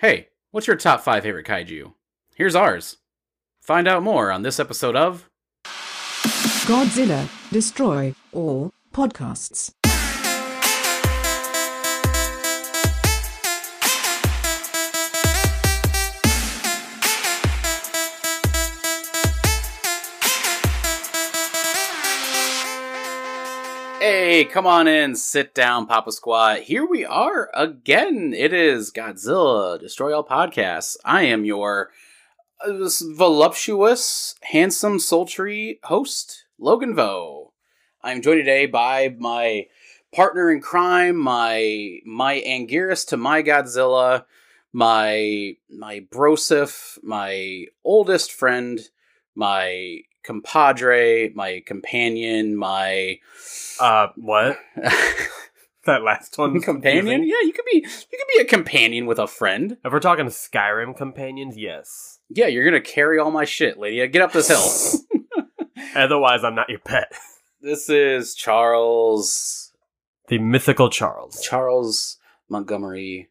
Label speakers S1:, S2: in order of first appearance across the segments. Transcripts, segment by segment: S1: Hey, what's your top five favorite kaiju? Here's ours. Find out more on this episode of
S2: Godzilla, Destroy All Podcasts.
S1: Hey, come on in, sit down, Papa Squad. Here we are again. It is Godzilla Destroy All Podcasts. I am your uh, s- voluptuous, handsome, sultry host, Logan Vo. I am joined today by my partner in crime, my my Anguirus to my Godzilla, my my brosif, my oldest friend, my compadre, my companion, my
S3: Uh, what? That last one. was
S1: companion?
S3: confusing.
S1: Yeah, you could be you could be a companion with a friend.
S3: If we're talking Skyrim companions, yes.
S1: Yeah, you're gonna carry all my shit, Lydia. Get up this hill.
S3: Otherwise, I'm not your pet.
S1: this is Charles
S3: The mythical Charles.
S1: Charles Montgomery,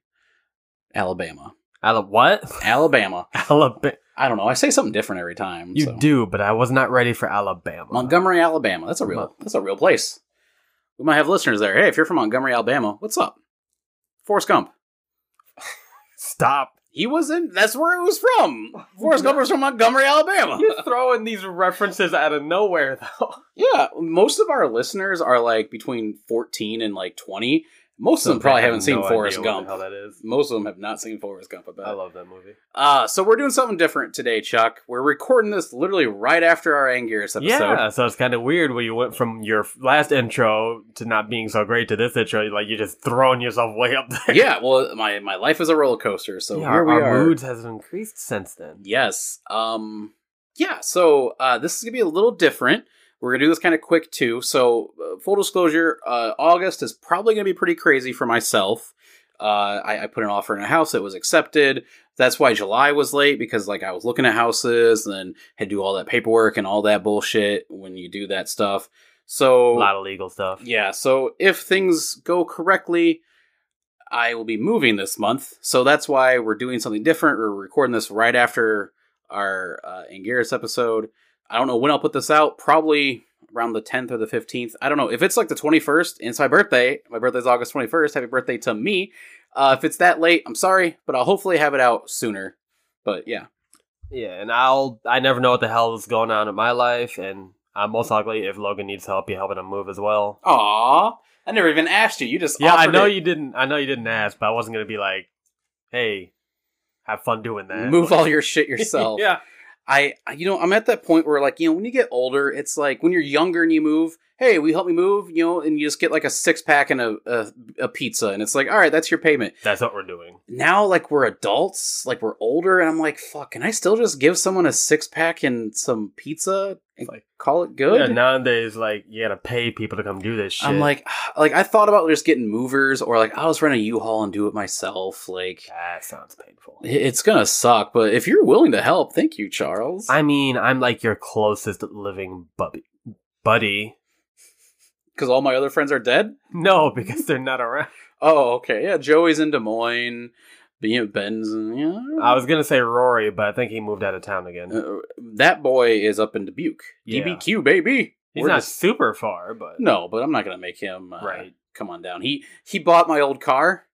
S1: Alabama.
S3: Ala- what?
S1: Alabama.
S3: Alabama.
S1: I don't know. I say something different every time.
S3: You
S1: so.
S3: do, but I was not ready for Alabama.
S1: Montgomery, Alabama. That's a real
S3: Mon-
S1: that's a real place. We might have listeners there. Hey, if you're from Montgomery, Alabama, what's up? Forrest Gump.
S3: Stop.
S1: He was in. That's where he was from. Forrest Gump was from Montgomery, Alabama.
S3: You're throwing these references out of nowhere, though.
S1: Yeah, most of our listeners are like between 14 and like 20. Most of them probably haven't seen Forrest Gump.
S3: How that is.
S1: Most of them have not seen Forrest Gump, I bet.
S3: I love that movie.
S1: uh, so we're doing something different today, Chuck. We're recording this literally right after our Anguirus episode.
S3: Yeah, so it's kind of weird where you went from your f- last intro to not being so great to this intro. Like you're just throwing yourself way up there.
S1: Yeah, well, my, my life is a roller coaster, so here
S3: Yeah, our,
S1: we
S3: our
S1: are.
S3: moods has increased since then.
S1: Uh, Yes. Um yeah, so uh this is going to be a little different. We're going to do this kind of quick too. So uh, full disclosure, uh August is probably going to be pretty crazy for myself. Uh I, I put an offer in a house that was accepted. That's why July was late because like I was looking at houses and then had to do all that paperwork and all that bullshit when you do that stuff. So
S3: A lot of legal stuff.
S1: yeah, so if things go correctly, I will be moving this month. So that's why we're doing something different. We're recording this right after our uh, Anguirus episode. I don't know when I'll put this out. Probably around the 10th or the 15th. I don't know. If it's like the 21st, and it's my birthday. My birthday's August 21st. Happy birthday to me. Uh, if it's that late, I'm sorry, but I'll hopefully have it out sooner. But yeah.
S3: Yeah, and I'll I never know what the hell is going on in my life, and I'm most likely if Logan needs help, you helping him move as well.
S1: Aw. I never even asked you. You just
S3: Yeah, I
S1: offered
S3: know
S1: it.
S3: you didn't. I know you didn't ask, but I wasn't gonna be like, "Hey, have fun doing that."
S1: move all your shit yourself.
S3: yeah,
S1: I, I- you know, I'm at that point where, like, you know, when you get older, it's like when you're younger and you move, hey, we help me move, you know, and you just get like a six pack and a, a a pizza, and it's like, all right, that's your payment.
S3: that's what we're doing.
S1: Now, like, we're adults, like we're older, and I'm like, fuck, can I still just give someone a six pack and some pizza and
S3: Like-
S1: call it good?
S3: Yeah, nowadays, like you gotta pay people to come do this shit.
S1: I'm like, like I thought about just getting movers, or like I'll just rent a U-Haul and do it myself. Like,
S3: that sounds painful.
S1: it- it's gonna suck, but if you're willing to help, thank you, Charles.
S3: I mean, I'm like your closest living buddy. Buddy,
S1: Because all my other friends are dead.
S3: no, because they're not around.
S1: Oh, okay. Yeah, Joey's in Des Moines. But, You know, Ben's. Yeah.
S3: I was gonna say Rory, but I think he moved out of town again.
S1: Uh, that boy is up in Dubuque.
S3: Yeah.
S1: DBQ, baby.
S3: He's
S1: We're
S3: not
S1: just-
S3: super far, but
S1: no, but I'm not gonna make him uh,
S3: right.
S1: Come on down. He he bought my old car,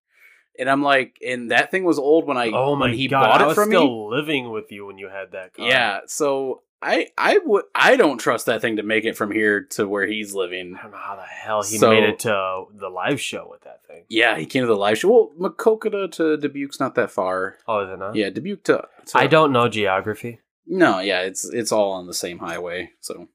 S1: and I'm like, and that thing was old when I
S3: oh my
S1: when he
S3: god!
S1: bought
S3: I
S1: it
S3: was
S1: from
S3: still
S1: me.
S3: living with you when you had that car.
S1: Yeah. So I I would I don't trust that thing to make it from here to where he's living.
S3: I don't know how the hell he
S1: So-
S3: made it to the live show with that thing.
S1: Yeah, he came to the live show. Well, Makokata to Dubuque's not that far.
S3: Oh, is it not?
S1: Yeah, Dubuque to, to
S3: I don't know geography.
S1: No, yeah, it's it's all on the same highway. So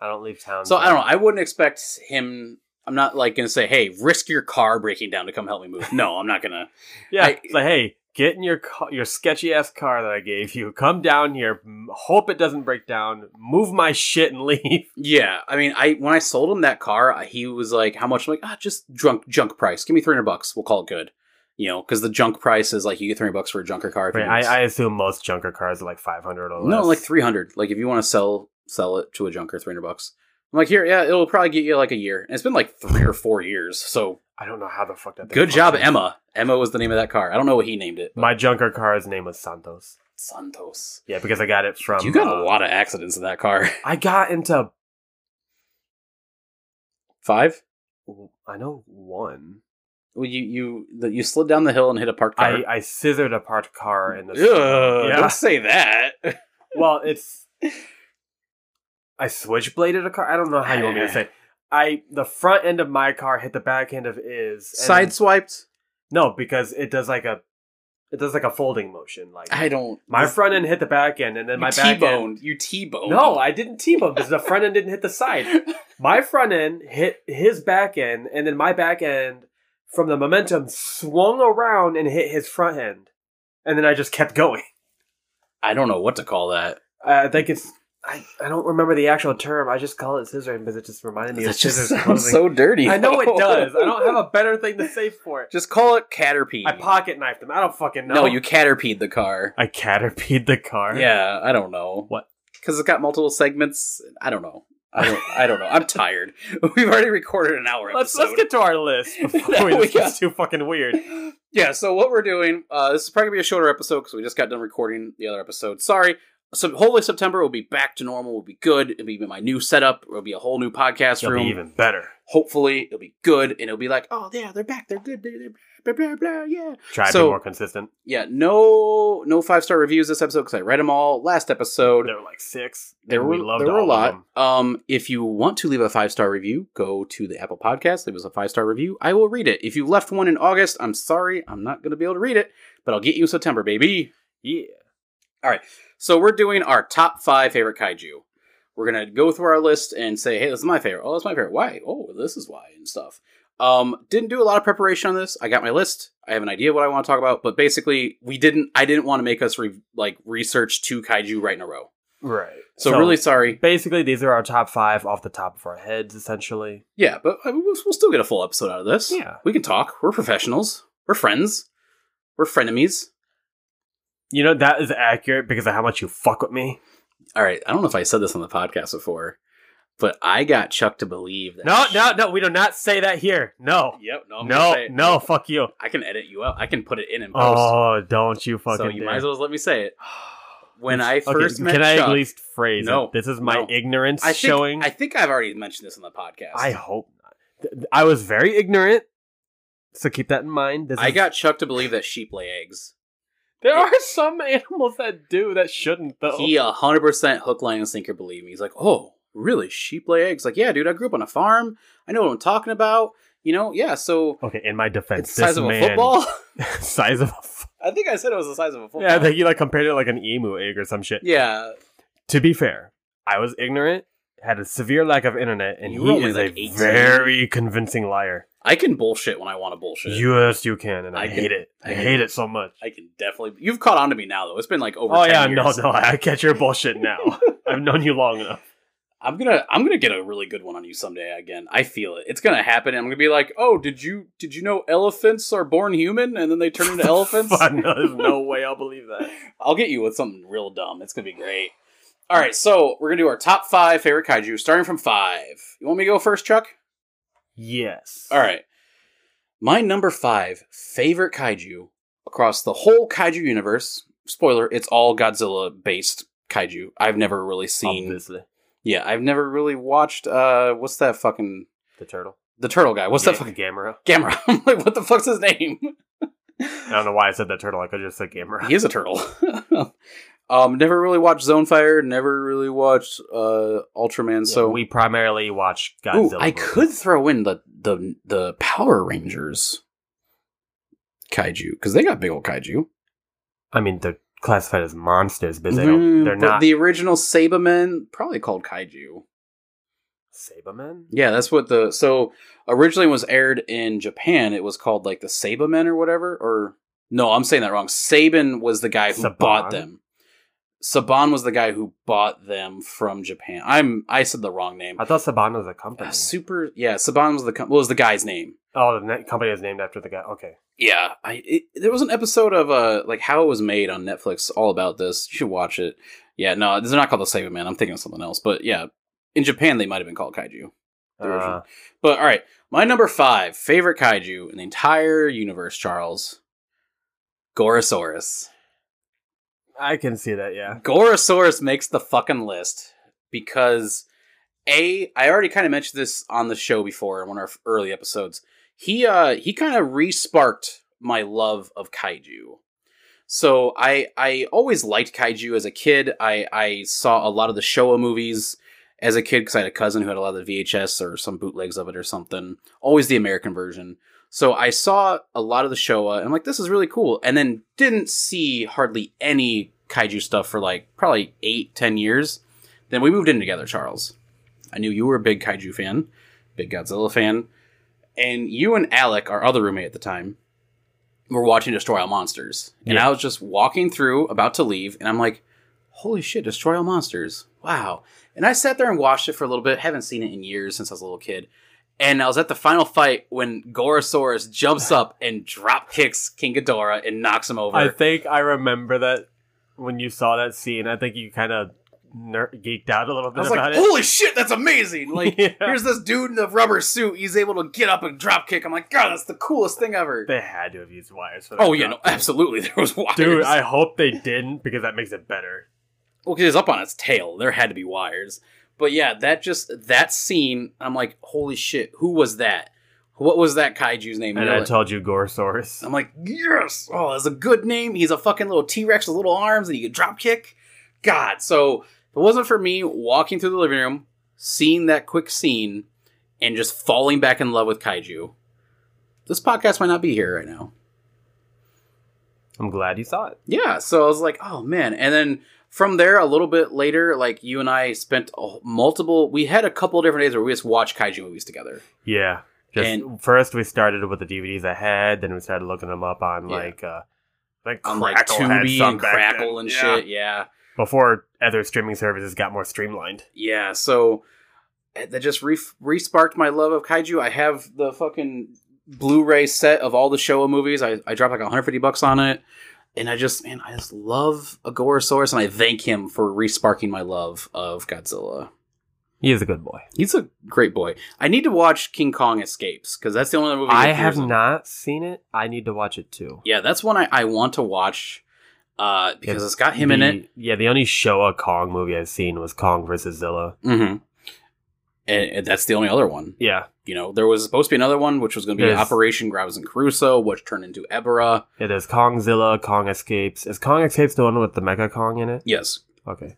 S3: I don't leave town.
S1: So
S3: till-
S1: I don't know. I wouldn't expect him. I'm not like gonna say, "Hey, risk your car breaking down to come help me move." No, I'm not gonna.
S3: yeah,
S1: I-
S3: it's like hey, get in your car, your sketchy ass car that I gave you. Come down here. m- Hope it doesn't break down. Move my shit and leave.
S1: Yeah, I mean, I when I sold him that car, he was like, "How much?" I'm like, "Ah, just drunk junk price. Give me three hundred bucks. We'll call it good." You know, because the junk price is like you get three hundred bucks for a junker car. If
S3: Right,
S1: you lose.
S3: I, I assume most junker cars are like five hundred or less.
S1: no, like three hundred. Like if you want to sell sell it to a junker, three hundred bucks. I'm like, here, yeah, it'll probably get you like a year. And it's been like three or four years. So
S3: I don't know how the fuck that. thing
S1: good job,
S3: functions.
S1: Emma. Emma was the name of that car. I don't know what he named it. but-
S3: My junker car's name was Santos.
S1: Santos.
S3: Yeah, because I got it from.
S1: You got
S3: uh,
S1: a lot of accidents in that car.
S3: I got into.
S1: Five.
S3: I know one.
S1: Well, you you the, you slid down the hill and hit a parked car.
S3: I, I scissored a parked car in the.
S1: Ugh,
S3: Yeah.
S1: Don't say that.
S3: Well, it's. I switchbladed a car. I don't know how you want me to say. I the front end of my car hit the back end of is
S1: Sideswiped.
S3: No, because it does like a. It does like a folding motion. Like
S1: I don't.
S3: my front end hit the back end, and then
S1: You
S3: my back end.
S1: T-boned. You T-boned.
S3: No, I didn't T-bone because the front end didn't hit the side. My front end hit his back end, and then my back end from the momentum swung around and hit his front end, and then I just kept going.
S1: I don't know what to call that.
S3: Uh, I think it's I, I don't remember the actual term. I just call it scissoring because it just reminded me of
S1: That just
S3: scissors.
S1: sounds
S3: closing.
S1: so dirty.
S3: I know it
S1: though.
S3: does. I don't have a better thing to say for it.
S1: Just call it caterpie.
S3: I pocket knifed him. I don't fucking know.
S1: No, you caterpied the car.
S3: I caterpied the car.
S1: Yeah, I don't know
S3: What?
S1: because it's got multiple segments. I don't know. I don't. I don't know. I'm tired. We've already recorded an hour
S3: Let's
S1: episode.
S3: let's get to our list before
S1: No,
S3: we,
S1: we
S3: this gets too fucking weird.
S1: yeah, so what we're doing, uh, this is probably gonna be a shorter episode because we just got done recording the other episode. Sorry. So hopefully September will be back to normal. We'll be good. It'll be my new setup. It'll be a whole new podcast
S3: It'll be
S1: room.
S3: even better.
S1: Hopefully it'll be good, and it'll be like, oh yeah, they're back. They're good. They're, they're blah blah blah. Yeah.
S3: Try to
S1: So-
S3: be more consistent.
S1: Yeah. No. No five star reviews this episode because I read them all last episode.
S3: There were like six.
S1: There
S3: and
S1: were,
S3: we loved
S1: there were a
S3: all of
S1: lot.
S3: them.
S1: Um, if you want to leave a five star review, go to the Apple Podcast. Leave us a five star review. I will read it. If you left one in August, I'm sorry, I'm not going to be able to read it, but I'll get you September, baby.
S3: Yeah.
S1: So we're doing our top five favorite kaiju. We're gonna go through our list and say, hey, this is my favorite. Oh, that's my favorite. Why? Oh, this is why and stuff. Um, didn't do a lot of preparation on this. I got my list. I have an idea what I want to talk about, but basically, we didn't. I didn't want to make us re- like research two kaiju right in a row.
S3: Right.
S1: so really sorry.
S3: basically these are our top five off the top of our heads, essentially.
S1: Yeah, but I mean, we'll, we'll still get a full episode out of this.
S3: Yeah.
S1: we can talk. We're professionals. We're friends. We're frenemies.
S3: You know, that is accurate because of how much you fuck with me.
S1: All right. I don't know if I said this on the podcast before, but I got Chuck to believe that.
S3: No, no, no, we do not say that here. No.
S1: Yep. No. I'm gonna
S3: No,
S1: say it.
S3: no, fuck you.
S1: I can edit you out. I can put it in and post.
S3: Oh, don't you fucking
S1: so you
S3: dare.
S1: might as well just let me say it. When I
S3: Okay,
S1: first met
S3: Can I
S1: Chuck,
S3: at least phrase
S1: No,
S3: it? This is my
S1: no.
S3: ignorance
S1: I think,
S3: showing.
S1: I think I've already mentioned this on the podcast.
S3: I hope not. Th- th- I was very ignorant. So keep that in mind. This
S1: I
S3: is-
S1: got Chuck to believe that sheep lay eggs.
S3: There are some animals that do that shouldn't though.
S1: He a hundred percent hook, line, and sinker believe me. He's like, oh, really? Sheep lay eggs? Like, yeah, dude. I grew up on a farm. I know what I'm talking about. You know, yeah. So
S3: okay, in my defense,
S1: it's the
S3: this
S1: size of
S3: man,
S1: a football.
S3: size of a f-
S1: I think I said it was the size of a football.
S3: Yeah, I think you like compared it to like an emu egg or some shit.
S1: yeah.
S3: To be fair, I was ignorant, had a severe lack of internet, and
S1: You were
S3: he
S1: only,
S3: is
S1: like,
S3: a
S1: 18.
S3: very convincing liar.
S1: I can bullshit when I want to bullshit.
S3: Yes, you can, and I,
S1: I
S3: hate
S1: can-
S3: it. I
S1: I
S3: hate
S1: can-
S3: it so much.
S1: I can definitely. You've caught on to me now, though. It's been like over.
S3: Oh
S1: 10
S3: yeah,
S1: years.
S3: no, no, I catch your bullshit now. I've known you long enough.
S1: I'm gonna I'm gonna get a really good one on you someday again. I feel it. It's gonna happen. I'm gonna be like, oh, did you did you know elephants are born human and then they turn into elephants?
S3: Fuck, no, there's no way I'll believe that.
S1: I'll get you with something real dumb. It's gonna be great. All right, so we're gonna do our top five favorite kaiju, starting from five. You want me to go first, Chuck?
S3: Yes.
S1: All right. My number five favorite kaiju across the whole kaiju universe. Spoiler: It's all Godzilla based kaiju. I've never really seen.
S3: Obviously,
S1: Yeah, I've never really watched. Uh, what's that fucking
S3: the turtle.
S1: the turtle guy? What's that
S3: Ga-
S1: fucking
S3: Gamera?
S1: Gamera? I'm like, what the fuck's his name?
S3: I don't know why I said that turtle. I could just say Gamera.
S1: he is a turtle. um, never really watched Zone Fire. Never really watched uh Ultraman. so
S3: we primarily watch
S1: Ooh,
S3: Godzilla.
S1: I
S3: movies.
S1: could throw in the the the Power Rangers kaiju because they got big old kaiju.
S3: I mean, they're classified as monsters, but they
S1: Mhm,
S3: don't. They're
S1: but
S3: not.
S1: the original Sabermen, probably called kaiju.
S3: Sabermen.
S1: Yeah, that's what the so originally when it was aired in Japan. It was called like the Sabamen or whatever. Or no, I'm saying that wrong. Saban was the guy who
S3: Saban?
S1: bought them. Saban was the guy who bought them from Japan. I'm I said the wrong name.
S3: I thought Saban was a company.
S1: Uh, super, yeah. Saban was the com- was the guy's name.
S3: Oh, the net company is named after the guy. Okay.
S1: Yeah, I it, there was an episode of uh like how it was made on Netflix all about this. You should watch it. Yeah, no, they're not called the Saban Man. I'm thinking of something else, but yeah, in Japan, they might have been called kaiju. The original.
S3: Uh,
S1: But all right, my number five favorite kaiju in the entire universe, Charles. Gorosaurus.
S3: I can see that. Yeah.
S1: Gorosaurus makes the fucking list because a I already kind of mentioned this on the show before in one of our early episodes. He uh he kind of resparked my love of kaiju. So I I always liked kaiju as a kid. I I saw a lot of the Showa movies as a kid because I had a cousin who had a lot of the VHS or some bootlegs of it or something. Always the American version. So I saw a lot of the Showa and I'm like, this is really cool. And then didn't see hardly any kaiju stuff for like probably eight, ten years. Then we moved in together, Charles. I knew you were a big kaiju fan, big Godzilla fan, and you and Alec, our other roommate at the time, were watching Destroy All Monsters. And
S3: Yeah.
S1: I was just walking through, about to leave, and I'm like, holy shit, Destroy All Monsters. Wow. And I sat there and watched it for a little bit. Haven't seen it in years since I was a little kid. And I was at the final fight when Gorosaurus jumps up and drop kicks King Ghidorah and knocks him over.
S3: I think I remember that when you saw that scene. I think you kind of ner- geeked out a little bit
S1: I was
S3: about
S1: like, "Oh!"
S3: it.
S1: holy shit, that's amazing! Like,
S3: Yeah.
S1: here's this dude in the rubber suit. He's able to get up and drop kick. I'm like, God, that's the coolest thing ever.
S3: They had to have used wires for that.
S1: oh yeah, no,
S3: drop.
S1: absolutely. There was wires.
S3: Dude, I hope they didn't because that makes it better.
S1: well, because it's up on its tail. There had to be wires. But yeah, that just that scene. I'm like, holy shit, who was that? What was that kaiju's name?
S3: And
S1: You know,
S3: I told you, Gorosaurus.
S1: I'm like, yes, oh, that's a good name. He's a fucking little T Rex with little arms and he can drop kick. God, so if it wasn't for me walking through the living room, seeing that quick scene, and just falling back in love with kaiju, this podcast might not be here right now.
S3: I'm glad you saw it.
S1: Yeah, so I was like, oh man. And then from there, a little bit later, like you and I spent a- multiple, we had a couple different days where we just watched kaiju movies together.
S3: Yeah. Just
S1: And-
S3: first we started with the DVDs I had, then we started looking them up on
S1: Yeah.
S3: like uh like
S1: On Um, like
S3: Crackle had
S1: Tubi
S3: some
S1: and
S3: back then.
S1: Crackle and
S3: Yeah.
S1: shit. Yeah.
S3: Before other streaming services got more streamlined.
S1: Yeah, so eh, that just re resparked my love of kaiju. I have the fucking Blu-ray set of all the Showa movies. I, I dropped like 150 bucks on it, and I just man, I just love Agorosaurus, and I thank him for resparking my love of Godzilla.
S3: He is a good boy.
S1: He's a great boy. I need to watch King Kong Escapes because that's the only movie
S3: I
S1: with
S3: have
S1: years in-
S3: not seen it. I need to watch it too.
S1: Yeah, that's one I, I want to watch uh, because it's got him in
S3: The-
S1: it.
S3: Yeah, the only Showa Kong movie I've seen was Kong versus Zilla.
S1: Mm-hmm. And, and that's the only other one.
S3: Yeah.
S1: you know, there was supposed to be another one, which was going to be
S3: Yes.
S1: Operation Graves and Caruso, which turned into Ebera.
S3: It is Kong Zilla, Kong Escapes. Is Kong Escapes the one with the Mecha Kong in it?
S1: Yes.
S3: Okay.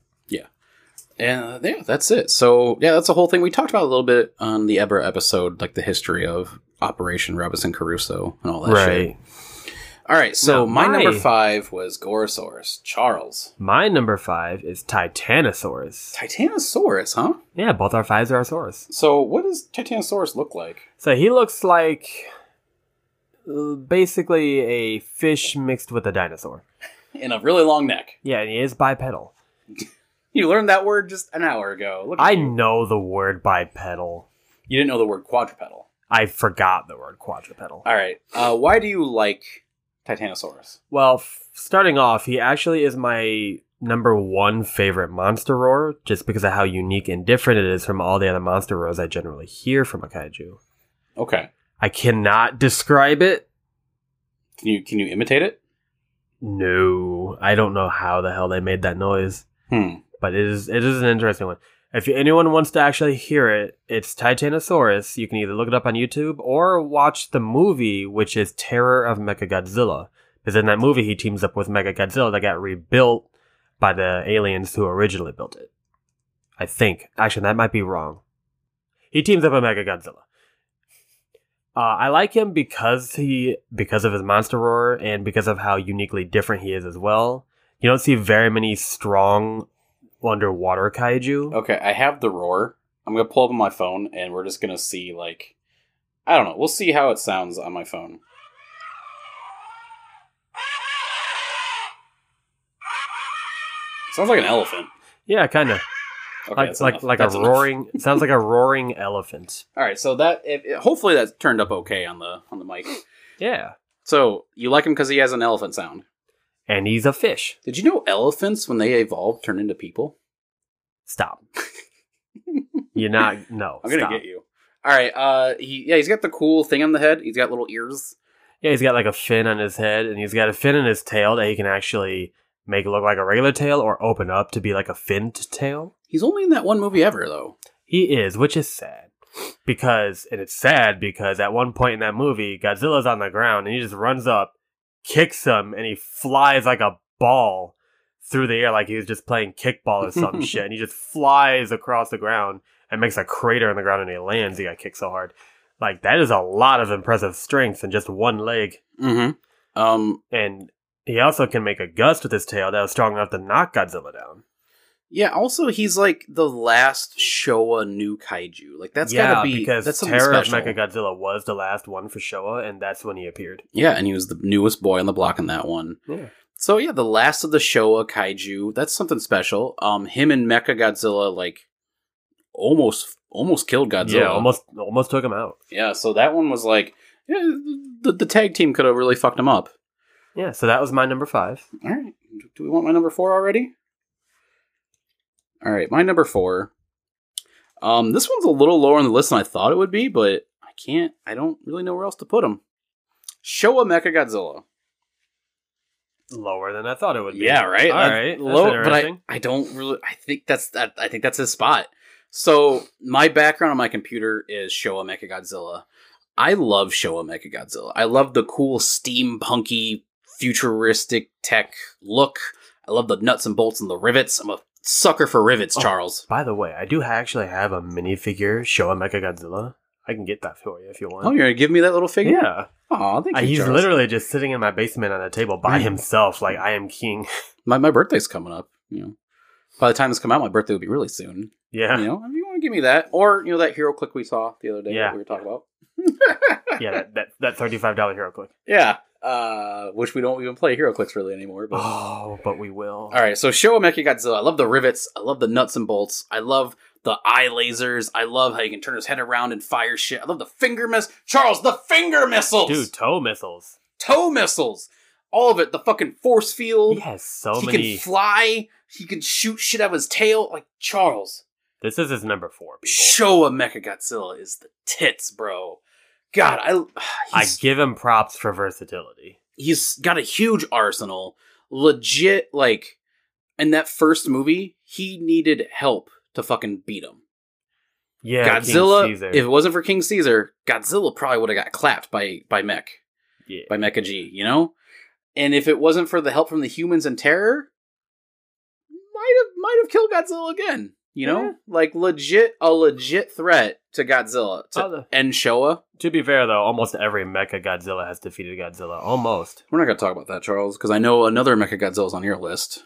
S1: And uh, yeah, that's it. So, yeah, that's the whole thing. We talked about a little bit on the Ebera episode, like the history of Operation Robinson Caruso and all that shit. All right. So,
S3: Now,
S1: my,
S3: my-
S1: number five was Gorosaurus. Charles.
S3: My number five is Titanosaurus.
S1: Titanosaurus, huh?
S3: Yeah, both our fives are our saurus.
S1: So, what does Titanosaurus look like?
S3: So he looks like uh, basically a fish mixed with a dinosaur.
S1: In a really long neck.
S3: Yeah, and he is bipedal.
S1: You learned that word just an hour ago. Look at
S3: I
S1: you.
S3: know the word bipedal.
S1: You didn't know the word quadrupedal.
S3: I forgot the word quadrupedal.
S1: All right. Uh, why do you like Titanosaurus?
S3: Well, f- starting off, he actually is my number one favorite monster roar, just because of how unique and different it is from all the other monster roars I generally hear from a kaiju.
S1: Okay.
S3: I cannot describe it.
S1: Can you can you imitate it?
S3: No, I don't know how the hell they made that noise,
S1: Hmm.
S3: but it is it is an interesting one. If anyone wants to actually hear it, it's Titanosaurus. You can either look it up on YouTube or watch the movie, which is Terror of Mechagodzilla. Because in that movie, he teams up with Mechagodzilla that got rebuilt by the aliens who originally built it. I think. Actually, that might be wrong. He teams up with Mechagodzilla. Uh, I like him because he because of his monster roar and because of how uniquely different he is as well. You don't see very many strong underwater kaiju.
S1: Okay, I have the roar. I'm gonna pull up on my phone, and we're just gonna see like, I don't know. We'll see how it sounds on my phone. Sounds like an elephant.
S3: Yeah, kind of
S1: Okay,
S3: like
S1: that's
S3: like
S1: enough.
S3: like
S1: That's
S3: a
S1: enough.
S3: roaring. sounds like a roaring elephant.
S1: All right, so that it, it- hopefully that turned up okay on the on the mic.
S3: Yeah,
S1: So you like him because he has an elephant sound.
S3: and he's a fish.
S1: Did you know elephants when they evolve turn into people?
S3: Stop. You're not. No.
S1: I'm gonna
S3: stop.
S1: get you. All right. Uh, he yeah, he's got the cool thing on the head. He's got little ears.
S3: Yeah, he's got like a fin on his head, and he's got a fin in his tail that he can actually make look like a regular tail or open up to be like a finned tail.
S1: He's only in that one movie ever though.
S3: He is, which is sad. Because, and it's sad because at one point in that movie, Godzilla's on the ground and he just runs up, kicks him, and he flies like a ball through the air like he was just playing kickball or some shit. And he just flies across the ground and makes a crater in the ground and he lands. He got kicked so hard. Like, that is a lot of impressive strength in just one leg.
S1: Mm-hmm. Um.
S3: And he also can make a gust with his tail that was strong enough to knock Godzilla down.
S1: Yeah. Also, he's like the last Showa new kaiju. Like that's gotta be
S3: because
S1: that's something
S3: Terror of
S1: special.
S3: Mechagodzilla was the last one for Showa, and that's when he appeared.
S1: Yeah, and he was the newest boy on the block in that one.
S3: Yeah.
S1: So yeah, the last of the Showa kaiju. That's something special. Um, him and Mecha Godzilla like almost almost killed Godzilla.
S3: Yeah, almost almost took him out.
S1: Yeah. So that one was like, yeah, the, the tag team could have really fucked him up.
S3: Yeah, so that was my number five.
S1: All right. Do we want my number four already? All right, my number four. Um, this one's a little lower on the list than I thought it would be, but I can't. I don't really know where else to put him. Showa Mechagodzilla.
S3: Lower than I thought it would be.
S1: Yeah, right.
S3: All
S1: Uh,
S3: right.
S1: low-
S3: that's
S1: but I,
S3: interesting.
S1: I don't really. I think that's that. I think that's his spot. So my background on my computer is Showa Mechagodzilla. I love Showa Mechagodzilla. I love the cool steampunky, futuristic tech look. I love the nuts and bolts and the rivets. I'm a sucker for rivets,
S3: Oh.
S1: Charles.
S3: By the way, I do actually have a minifigure Showa Mechagodzilla. I can get that for you if you want.
S1: Oh, you're gonna give me that little figure?
S3: yeah.
S1: Oh, thank
S3: Uh,
S1: you.
S3: he's
S1: Charles.
S3: literally just sitting in my basement on a table by
S1: Mm.
S3: himself, like I am king.
S1: my my birthday's coming up. You know, by the time this come out, my birthday will be really soon.
S3: Yeah,
S1: You know, if you want to give me that, or you know that hero click we saw the other day
S3: Yeah.
S1: that we were talking about.
S3: yeah, that that, that thirty-five dollar hero click.
S1: Yeah. Uh, which we don't even play Hero Clicks really anymore. But
S3: Oh, but we will.
S1: all right, so Showa Mechagodzilla. I love the rivets. I love the nuts and bolts. I love the eye lasers. I love how he can turn his head around and fire shit. I love the finger miss. Charles, the finger missiles,
S3: dude, toe missiles.
S1: toe missiles, all of it. The fucking force field.
S3: He has so
S1: he
S3: many.
S1: can fly. He can shoot shit out of his tail. Like Charles,
S3: this is his number four. People,
S1: Showa Mechagodzilla is the tits, bro. God, I
S3: I
S1: he's-
S3: give him props for versatility.
S1: he's got a huge arsenal legit like in that first movie he needed help to fucking beat him
S3: Yeah, King
S1: godzilla
S3: Caesar.
S1: if it wasn't for king caesar godzilla probably would have got clapped by by mech
S3: yeah.
S1: by mecha g you know and if it wasn't for the help from the humans and terror might have might have killed godzilla again you know
S3: Yeah.
S1: like legit a legit threat to godzilla to
S3: Oh, the-
S1: end showa
S3: To be fair, though, almost every Mecha Godzilla has defeated Godzilla. Almost.
S1: we're not gonna talk about that charles because i know another mecha godzilla's on your list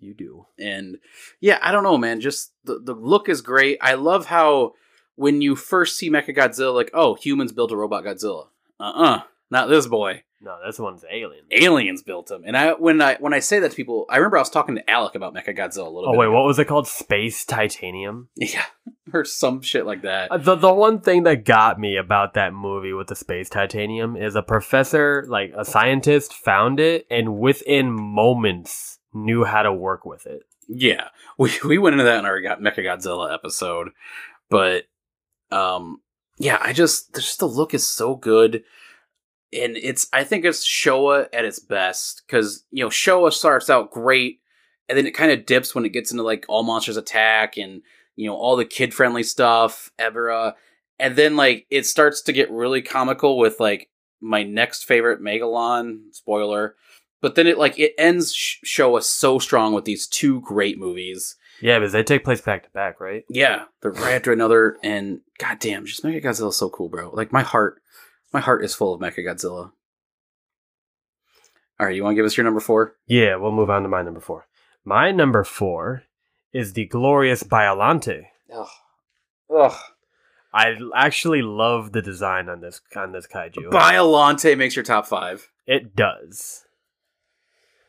S3: You do.
S1: and yeah i don't know man just the, the look is great i love how when you first see mecha godzilla like oh humans built a robot godzilla uh-uh not this boy
S3: No, this one's alien.
S1: aliens built him and i when i when i say that to people i remember i was talking to alec about mecha godzilla a little
S3: Oh
S1: bit
S3: wait,
S1: ago.
S3: what was it called? Space Titanium.
S1: yeah or some shit like that
S3: Uh, The the one thing that got me about that movie with the space titanium is a professor, like a scientist, found it and within moments knew how to work with it.
S1: yeah we, we went into that in our Go- mecha godzilla episode but um yeah i just just the look is so good and it's i think it's showa at its best because you know showa starts out great and then it kind of dips when it gets into like all monsters attack and you know all the kid friendly stuff ebera and then like it starts to get really comical with like my next favorite megalon spoiler but then it like it ends Sh- showa so strong with these two great movies
S3: Yeah, because they take place back to back, right?
S1: yeah, they're right after another, and goddamn, just Mechagodzilla's so cool, bro. Like my heart, my heart is full of Mechagodzilla. All right, you want to give us your number four?
S3: Yeah, we'll move on to my number four. My number four is the glorious Biolante.
S1: Ugh. Ugh.
S3: I l- actually love the design on this on this kaiju.
S1: Biolante makes your top five.
S3: It does,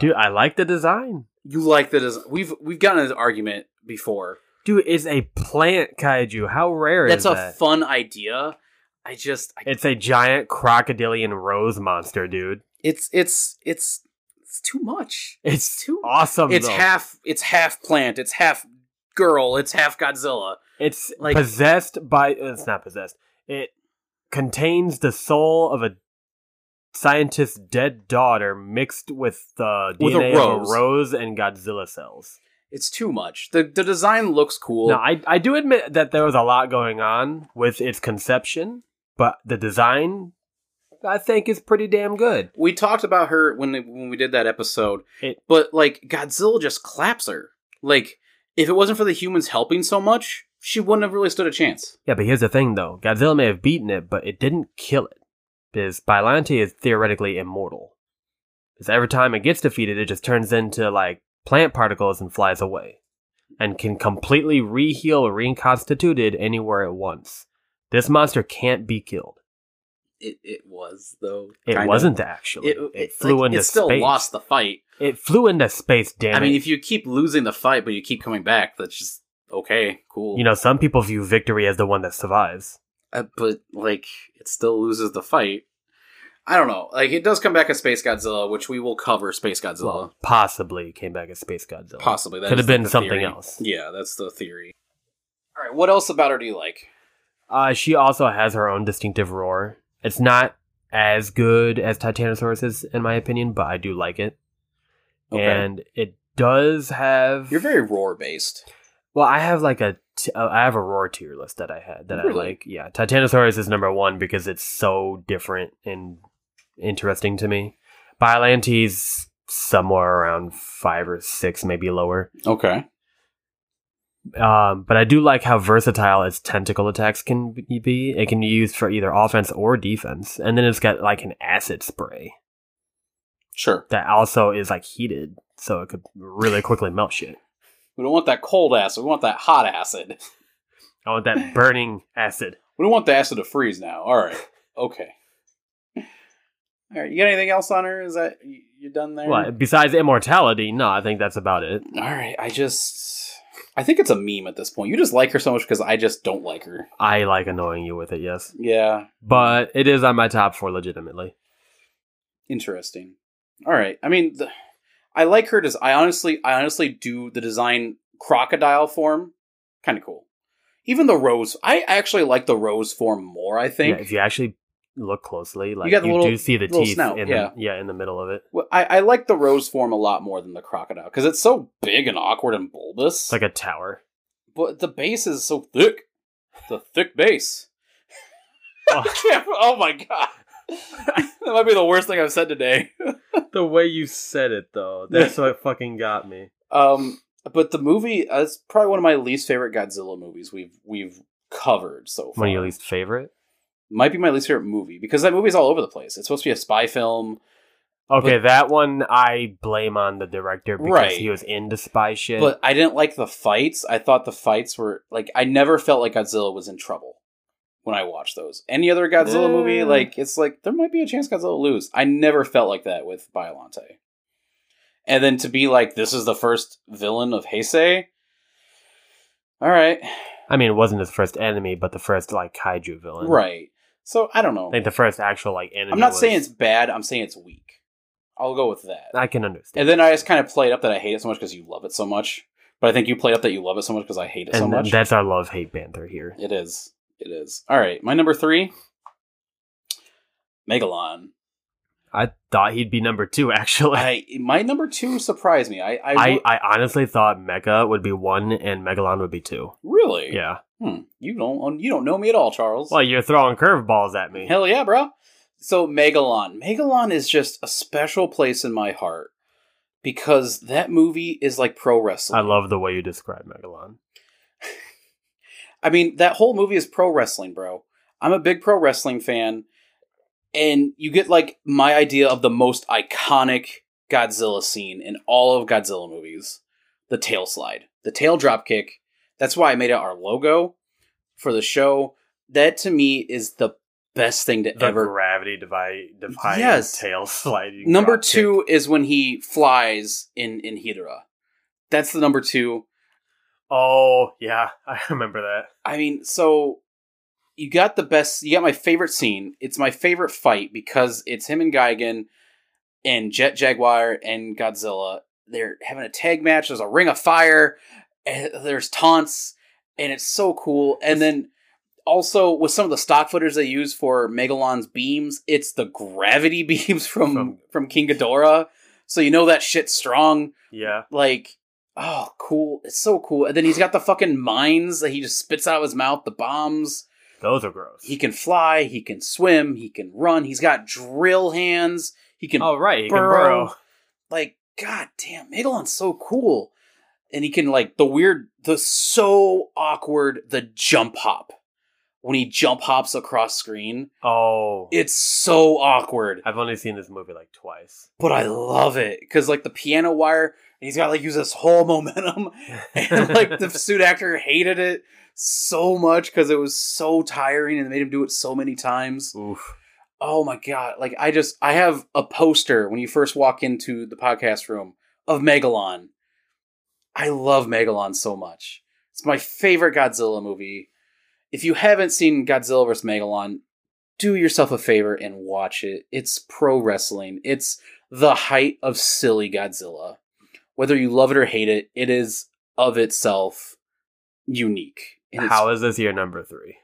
S3: dude. I like the design.
S1: you like that? As we've we've gotten into this argument before.
S3: Dude, it's a plant kaiju. How rare
S1: That's
S3: is
S1: a
S3: that?
S1: fun idea. I just I,
S3: it's a giant crocodilian rose monster, dude.
S1: it's it's it's it's too much.
S3: It's
S1: too
S3: awesome.
S1: It's
S3: though.
S1: half it's half plant. It's half girl. It's half Godzilla.
S3: It's
S1: Like-
S3: possessed by. uh, It's not possessed. It contains the soul of a scientist's dead daughter mixed with the
S1: With a
S3: DNA of
S1: rose.
S3: a rose and Godzilla cells.
S1: It's too much. The the design looks cool.
S3: now, I I do admit that there was a lot going on with its conception, but the design I think is pretty damn good.
S1: we talked about her when when we did that episode,
S3: It-
S1: but like Godzilla just claps her. Like if it wasn't for the humans helping so much, she wouldn't have really stood a chance.
S3: Yeah, but here's the thing though: Godzilla may have beaten it, but it didn't kill it. Because Bylante is theoretically immortal. Because every time it gets defeated, it just turns into like plant particles and flies away, and can completely reheal or reconstituted anywhere it wants. This monster can't be killed.
S1: It it was though.
S3: It
S1: kinda.
S3: wasn't actually. It, flew
S1: like,
S3: into
S1: it still
S3: space.
S1: lost the fight.
S3: It flew into space. Damn
S1: I mean,
S3: it.
S1: if you keep losing the fight but you keep coming back, that's just okay, cool.
S3: You know, some people view victory as the one that survives.
S1: uh, but like it still loses the fight. I don't know. Like it does come back as Space Godzilla, which we will cover Space Godzilla.
S3: Well, possibly came back as Space Godzilla.
S1: Possibly that
S3: Could
S1: is
S3: have been
S1: the
S3: something
S1: theory.
S3: else.
S1: Yeah, that's the theory. All right, what else about her do you like?
S3: Uh, she also has her own distinctive roar. It's not as good as Titanosaurus's, in my opinion, but I do like it. And it does have.
S1: you're very roar based.
S3: Well, I have like a. T- uh, I have a roar tier list that I had that
S1: Really?
S3: I like. Yeah, Titanosaurus is number one because it's so different and interesting to me. Biolante's somewhere around five or six, maybe lower.
S1: Okay.
S3: Um, but I do like how versatile its tentacle attacks can be- be. It can be used for either offense or defense, and then it's got like an acid spray
S1: Sure.
S3: that also is like heated, so it could really quickly melt shit.
S1: We don't want that cold acid. We want that hot acid.
S3: I want that burning acid.
S1: We don't want the acid to freeze now. All right. Okay. All right. You got anything else on her? Is that you- you done there?
S3: Well, besides immortality, no, I think that's about it.
S1: All right. I just. I think it's a meme at this point. You just like her so much because I just don't like her.
S3: I like annoying you with it, yes,
S1: Yeah.
S3: but it is on my top four legitimately.
S1: interesting all right i mean the, i like her des- i honestly i honestly do the design crocodile form kind of cool even the rose i actually like the rose form more i
S3: Yeah,
S1: think
S3: if you actually look closely, like you,
S1: got the little-
S3: do see the
S1: little
S3: teeth
S1: snout,
S3: in
S1: yeah.
S3: the yeah in the middle of it,
S1: Well, I, I like the rose form a lot more than the crocodile because it's so big and awkward and bulbous
S3: it's like a tower.
S1: but the base is so thick it's a thick base
S3: Oh.
S1: I can't- oh my god that might be the worst thing i've said today
S3: The way you said it, though, that's what fucking got me.
S1: Um, but the movie uh, it's probably one of my least favorite Godzilla movies we've we've covered so far.
S3: One of your least favorite?
S1: Might be my least favorite movie because that movie's all over the place. It's supposed to be a spy film.
S3: Okay, that one I blame on the director because
S1: Right.
S3: he was into spy shit.
S1: But I didn't like the fights. I thought the fights were like I never felt like Godzilla was in trouble when I watched those. Any other Godzilla
S3: Yeah.
S1: movie, like it's like there might be a chance Godzilla will lose. I never felt like that with Biolante. And then to be like, this is the first villain of Heisei. All right,
S3: I mean, it wasn't his first enemy, but the first like kaiju villain,
S1: right. So I don't know.
S3: I think the first actual like enemy.
S1: I'm not
S3: was-
S1: saying it's bad. I'm saying it's weak. I'll go with that.
S3: I can understand.
S1: and then I just kind of played up that I hate it so much because you love it so much. But I think you played up that you love it so much because I hate it so
S3: And
S1: much.
S3: that's our love hate banter here.
S1: it is. It is. All right. My number three, Megalon.
S3: I thought he'd be number two actually. I
S1: I my number two surprised me. I I,
S3: I, honestly thought Mecha would be one and Megalon would be two.
S1: really.
S3: Yeah.
S1: Hmm. You don't you don't know me at all, Charles.
S3: Well, you're throwing curveballs at me.
S1: Hell yeah, bro. So Megalon. Megalon is just a special place in my heart because that movie is like pro wrestling.
S3: I love the way you describe Megalon.
S1: I mean, that whole movie is pro wrestling, bro. I'm a big pro wrestling fan, and you get like my idea of the most iconic Godzilla scene in all of Godzilla movies the tail slide, the tail drop kick. That's why I made it our logo for the show. That to me is the best thing to
S3: The
S1: ever
S3: gravity devi- defying
S1: Yes.
S3: tail sliding.
S1: Number
S3: drop kick.
S1: two is when he flies in in Hydra. That's the number two.
S3: Oh yeah, I remember that.
S1: I mean, so you got the best. You got my favorite scene. It's my favorite fight because it's him and Gigan and Jet Jaguar and Godzilla. They're having a tag match. There's a ring of fire, and there's taunts, and it's so cool. And then also with some of the stock footage they use for Megalon's beams, it's the gravity beams from from,
S3: From-
S1: King Ghidorah. So you know that shit's strong.
S3: Yeah.
S1: Like, oh, cool! It's so cool. And then he's got the fucking mines that he just spits out of his mouth. The bombs.
S3: Those are gross.
S1: He can fly, he can swim, he can run, he's got drill hands, he can
S3: oh right, he can
S1: burrow.
S3: burrow.
S1: like god damn, Megalon's so cool. And he can like the weird the so awkward the jump hop. When he jump hops across screen,
S3: Oh,
S1: it's so awkward,
S3: I've only seen this movie like twice.
S1: but I love it cuz like the piano wire and he's got like use this whole momentum and like the suit actor hated it so much cuz it was so tiring and they made him do it so many times.
S3: Oof.
S1: Oh my god! Like I just I have a poster when you first walk into the podcast room of Megalon. I love Megalon so much. It's my favorite Godzilla movie. If you haven't seen Godzilla vs Megalon, do yourself a favor and watch it. It's pro wrestling. It's the height of silly Godzilla. Whether you love it or hate it, it is of itself unique. And it's-
S3: How is this your number three?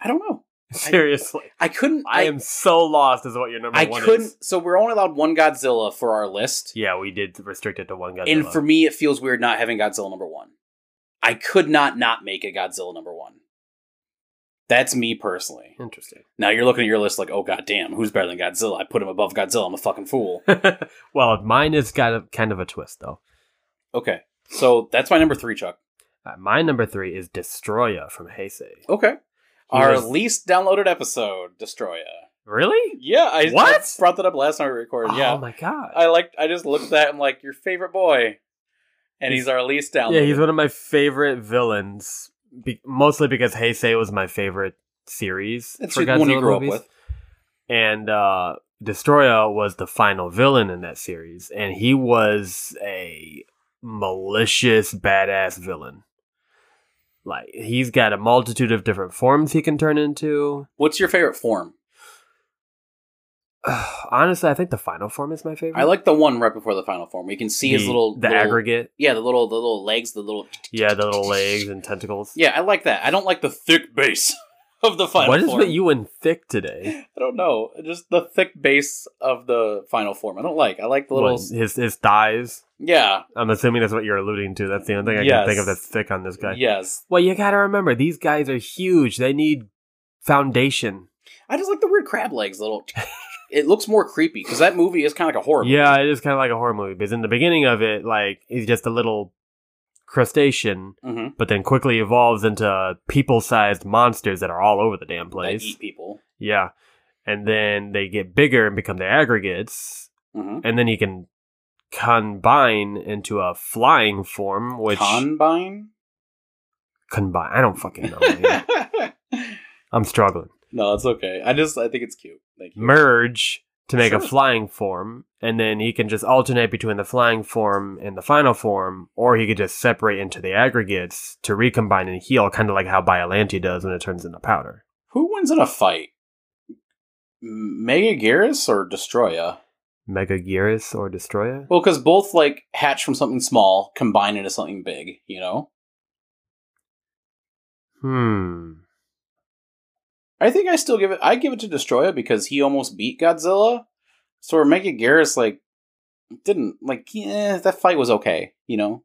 S1: I don't know.
S3: Seriously,
S1: I couldn't.
S3: I, am so lost. Is what your number
S1: I
S3: one
S1: couldn't.
S3: is?
S1: So we're only allowed one Godzilla for our list,
S3: Yeah, we did restrict it to one Godzilla.
S1: and for me, it feels weird not having Godzilla number one. I could not not make a Godzilla number one. That's me personally.
S3: interesting.
S1: Now you're looking at your list like, oh god damn, who's better than Godzilla? I put him above Godzilla. I'm a fucking fool.
S3: well, mine has got a kind of a twist though.
S1: okay, so that's my number three, Chuck.
S3: Uh, my number three is Destroya from Heisei.
S1: Okay, our
S3: was-
S1: least downloaded episode, Destroya.
S3: Really?
S1: Yeah, I, I
S3: What?
S1: brought that up last time we recorded. yeah,
S3: Oh my god.
S1: I like. I just looked at that. I'm like, your favorite boy, and he's, our least downloaded.
S3: yeah, he's one of my favorite villains, be- mostly because Heisei was my favorite series
S1: That's
S3: for
S1: the one you
S3: Godzilla
S1: grew up
S3: movies.
S1: with.
S3: and uh, Destroya was the final villain in that series, and he was a malicious, badass villain. Like he's got a multitude of different forms he can turn into.
S1: What's your favorite form?
S3: Honestly, I think the final form is my favorite.
S1: I like the one right before the final form. We can see his
S3: The-
S1: little
S3: the
S1: little-
S3: aggregate.
S1: Yeah, the little the little legs, the little.
S3: Yeah, the little legs and tentacles.
S1: Yeah, I like that. I don't like the thick base of the final.
S3: what is
S1: form.
S3: with you and thick today?
S1: I don't know. Just the thick base of the final form. I don't like. I like the little.
S3: What, his his thighs.
S1: Yeah.
S3: I'm assuming that's what you're alluding to. That's the only thing I
S1: Yes.
S3: can think of that's thick on this guy.
S1: Yes.
S3: Well, you gotta remember these guys are huge. They need foundation.
S1: I just like the weird crab legs. Little. it looks more creepy because that movie is kind of like a horror. movie.
S3: Yeah, it is kind of like a horror movie because in the beginning of it, like he's just a little crustacean,
S1: Mhm.
S3: but then quickly evolves into people-sized monsters that are all over the damn
S1: They
S3: place.
S1: eat people.
S3: Yeah, and then they get bigger and become the aggregates,
S1: Mm-hmm.
S3: and then he can combine into a flying form, which
S1: Combine.
S3: combine. I don't fucking know. man. I'm struggling.
S1: no, it's okay. I just I think it's cute. Thank you.
S3: merge to make a
S1: Sure.
S3: flying form, and then he can just alternate between the flying form and the final form, or he could just separate into the aggregates to recombine and heal, kind of like how Biollante does when it turns into powder.
S1: Who wins in a fight? M- Mega Garrus or Destroya?
S3: Mega Gearis or Destroyer?
S1: Well, because both like hatch from something small, combine into something big. You know,
S3: Hmm.
S1: I think I still give it. I give it to Destroya because he almost beat Godzilla. So where Mega Garrus like didn't like yeah, that fight was okay. You know.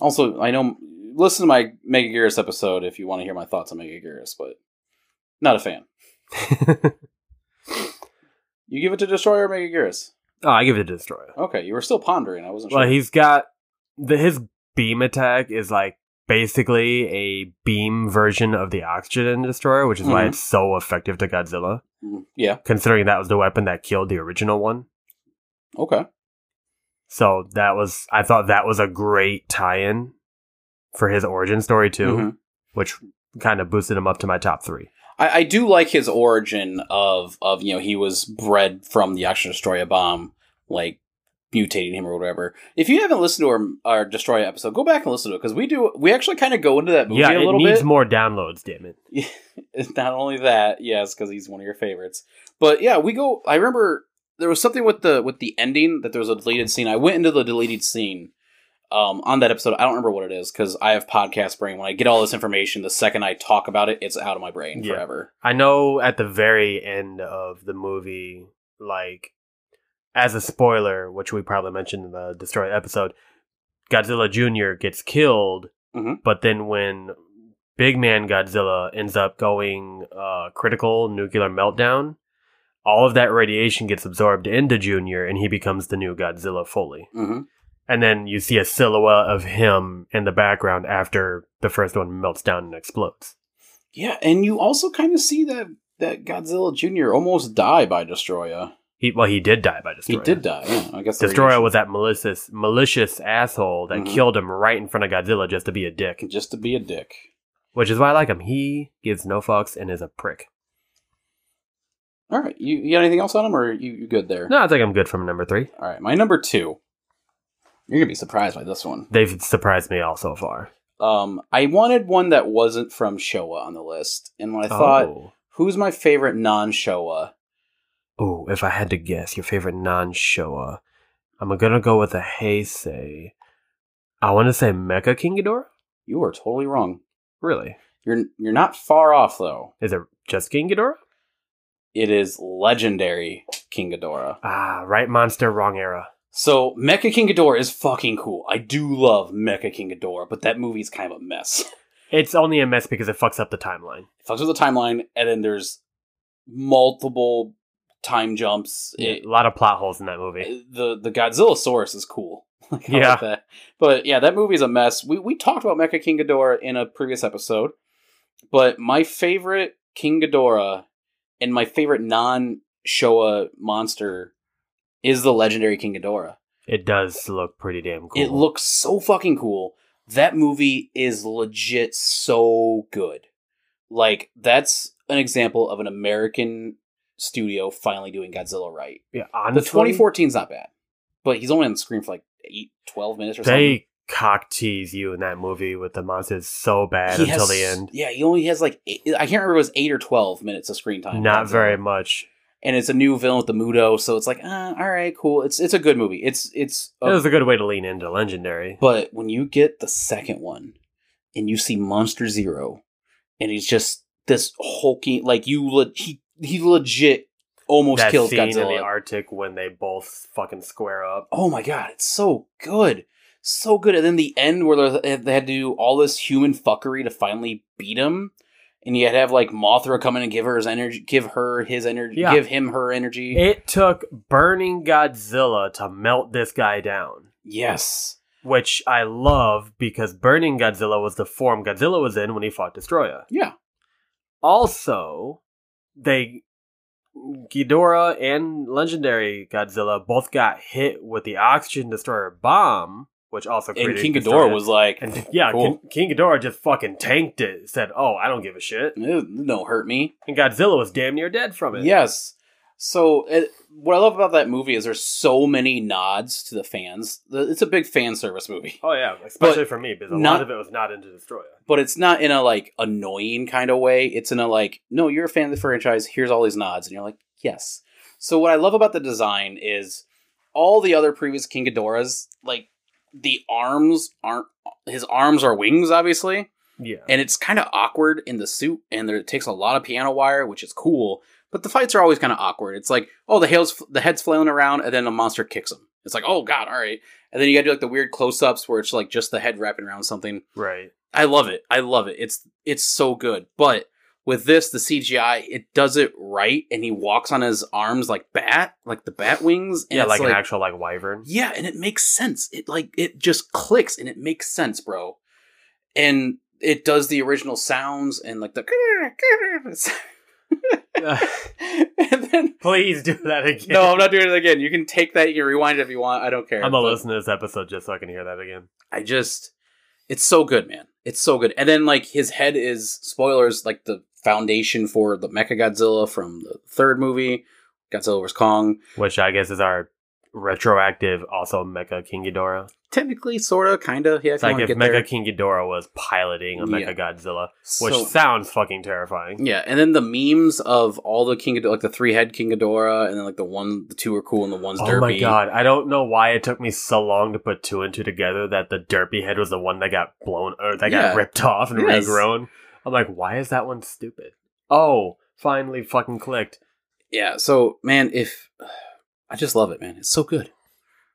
S1: Also, I know. Listen to my Mega Garrus episode if you want to hear my thoughts on Mega Garrus, but not a fan.
S3: oh,
S1: You give it to Destroyer or Mega Garrus?
S3: Oh, I give it to Destroyer.
S1: Okay, you were still pondering. I wasn't sure.
S3: Well, he's got the his beam attack is like basically a beam version of the oxygen destroyer, which is why
S1: Mhm.
S3: it's so effective to Godzilla,
S1: Mm, yeah.
S3: considering that was the weapon that killed the original one.
S1: Okay.
S3: So that was I thought that was a great tie-in for his origin story too,
S1: Mhm.
S3: which kind of boosted him up to my top three.
S1: I, I do like his origin of of you know he was bred from the Action Destroyer bomb, like mutating him or whatever. If you haven't listened to our our Destroyer episode, go back and listen to it because we do we actually kind of go into that movie
S3: yeah,
S1: a
S3: it
S1: little
S3: needs
S1: bit.
S3: more downloads. Damn it!
S1: Not only that, yes, because he's one of your favorites. But yeah, we go. I remember there was something with the with the ending that there was a deleted scene. I went into the deleted scene um, on that episode. I don't remember what it is because I have podcast brain. When I get all this information, the second I talk about it, it's out of my brain
S3: Yeah.
S1: forever.
S3: I know at the very end of the movie, like as a spoiler, which we probably mentioned in the Destroy episode, Godzilla Jr. gets killed,
S1: Mhm.
S3: but then when Big Man Godzilla ends up going uh, critical nuclear meltdown, all of that radiation gets absorbed into Jr. and he becomes the new Godzilla fully.
S1: hmm
S3: And then you see a silhouette of him in the background after the first one melts down and explodes.
S1: Yeah, and you also kind of see that that Godzilla Junior almost die by Destroya.
S3: He well, he did die by
S1: He
S3: destroyer.
S1: did die. Yeah, I guess the
S3: Destroyer
S1: radiation-
S3: was that malicious, malicious asshole that
S1: Mhm.
S3: killed him right in front of Godzilla just to be a dick,
S1: just to be a dick.
S3: which is why I like him. He gives no fucks and is a prick.
S1: All right, you, you got anything else on him, or you you good there?
S3: No, I think I'm good from number three.
S1: All right, my number two. You're gonna be surprised by this one.
S3: They've surprised me all so far.
S1: Um, I wanted one that wasn't from Showa on the list, and when I thought, who's my favorite non-Showa?
S3: oh, Ooh, if I had to guess, your favorite non-Showa, I'm gonna go with a Heisei. I want to say Mecha King Ghidorah.
S1: You are totally wrong.
S3: Really?
S1: You're you're not far off though.
S3: Is it just King Ghidorah?
S1: It is legendary King Ghidorah.
S3: Ah, right monster, wrong era.
S1: So Mecha King Ghidorah is fucking cool. I do love Mecha King Ghidorah, but that movie's kind of a mess.
S3: It's only a mess because it fucks up the timeline.
S1: It fucks with the timeline, and then there's multiple time jumps. It-
S3: a lot of plot holes in that movie.
S1: the the Godzilla Saurus is cool. Like, I like
S3: Yeah.
S1: that. But yeah, that movie's a mess. We we talked about Mecha King Ghidorah in a previous episode, but my favorite King Ghidorah and my favorite non Showa monster is the legendary King Ghidorah.
S3: It does look pretty damn cool.
S1: It looks so fucking cool. That movie is legit so good. Like that's an example of an American studio finally doing Godzilla right.
S3: yeah,
S1: The
S3: honestly,
S1: 2014's not bad, but he's only on the screen for like eight, 12 minutes or something.
S3: They cock tease you in that movie with the monsters so bad
S1: He
S3: until
S1: has-
S3: the end.
S1: Yeah, he only has like eight, I can't remember. If it was eight or twelve minutes of screen time.
S3: Not
S1: Godzilla.
S3: very much.
S1: And it's a new villain with the Mudo, so it's like, uh, all right, cool. It's it's a good movie. It's it's.
S3: It was a good way to lean into legendary.
S1: but when you get the second one, and you see Monster Zero, and he's just this hulking like you le- he he legit almost
S3: that
S1: kills
S3: scene in
S1: Godzilla.
S3: the Arctic when they both fucking square up.
S1: oh my god, it's so good, so good. And then the end where they they had to do all this human fuckery to finally beat him, and you had to have like Mothra come in and give her his energy, give her his energy,
S3: Yeah.
S1: give him her energy.
S3: It took burning Godzilla to melt this guy down,
S1: yes,
S3: which I love because burning Godzilla was the form Godzilla was in when he fought Destroyer.
S1: yeah,
S3: also they Ghidorah and legendary Godzilla both got hit with the oxygen destroyer bomb, which also
S1: and
S3: created
S1: King
S3: Destroyer.
S1: Ghidorah was like,
S3: and yeah,
S1: cool.
S3: King, King Ghidorah just fucking tanked it. Said, "Oh, I don't give a shit,"
S1: "Eh, "No, hurt me."
S3: and Godzilla was damn near dead from it.
S1: Yes. So it, what I love about that movie is there's so many nods to the fans. The- It's a big fan service movie,
S3: Oh yeah, especially for me because a
S1: not-
S3: lot of it was not into Destroyer.
S1: but it's not in a like annoying kind of way. It's in a like, no, you're a fan of the franchise. Here's all these nods, and you're like, yes. So what I love about the design is all the other previous King Ghidorahs, like the arms aren't his arms are wings, obviously,
S3: Yeah,
S1: and it's kind of awkward in the suit, and there, it takes a lot of piano wire, which is cool. But the fights are always kind of awkward. It's like, oh, the hails, the head's flailing around, and then a monster kicks him. It's like, oh god, all right. And then you got to do like the weird close-ups where it's like just the head wrapping around something.
S3: right.
S1: I love it. I love it. It's it's so good. But with this, the CGI it does it right, and he walks on his arms like bat, like the bat wings. And
S3: Yeah,
S1: it's
S3: like, an actual like wyvern.
S1: yeah, and it makes sense. It like it just clicks and it makes sense, bro. And it does the original sounds and like the and then
S3: Please do that again.
S1: no, I'm not doing it again. You can take that, you can rewind it if you want. I don't care.
S3: I'm gonna
S1: But
S3: listen to this episode just so I can hear that again.
S1: I just it's so good, man. It's so good. And then like his head is spoilers, like the foundation for the Mecha Godzilla from the third movie, Godzilla vs Kong.
S3: Which I guess is our retroactive also Mecha King Ghidorah.
S1: Technically, sort of, kind of. Yeah,
S3: It's like
S1: wanna
S3: if Mecha King Ghidorah was piloting a
S1: Yeah.
S3: Mecha Godzilla, which
S1: So-
S3: sounds fucking terrifying.
S1: Yeah, and then the memes of all the King Ghidorah, like the three head King Ghidorah, and then like the one, the two are cool, and the one's
S3: Oh
S1: derpy.
S3: my god, I don't know why it took me so long to put two and two together that the derpy head was the one that got blown or that
S1: Yeah.
S3: got ripped off and
S1: Yes.
S3: regrown. I'm like, why is that one stupid? Oh, finally fucking clicked.
S1: Yeah. So man, if I just love it, man, it's so good.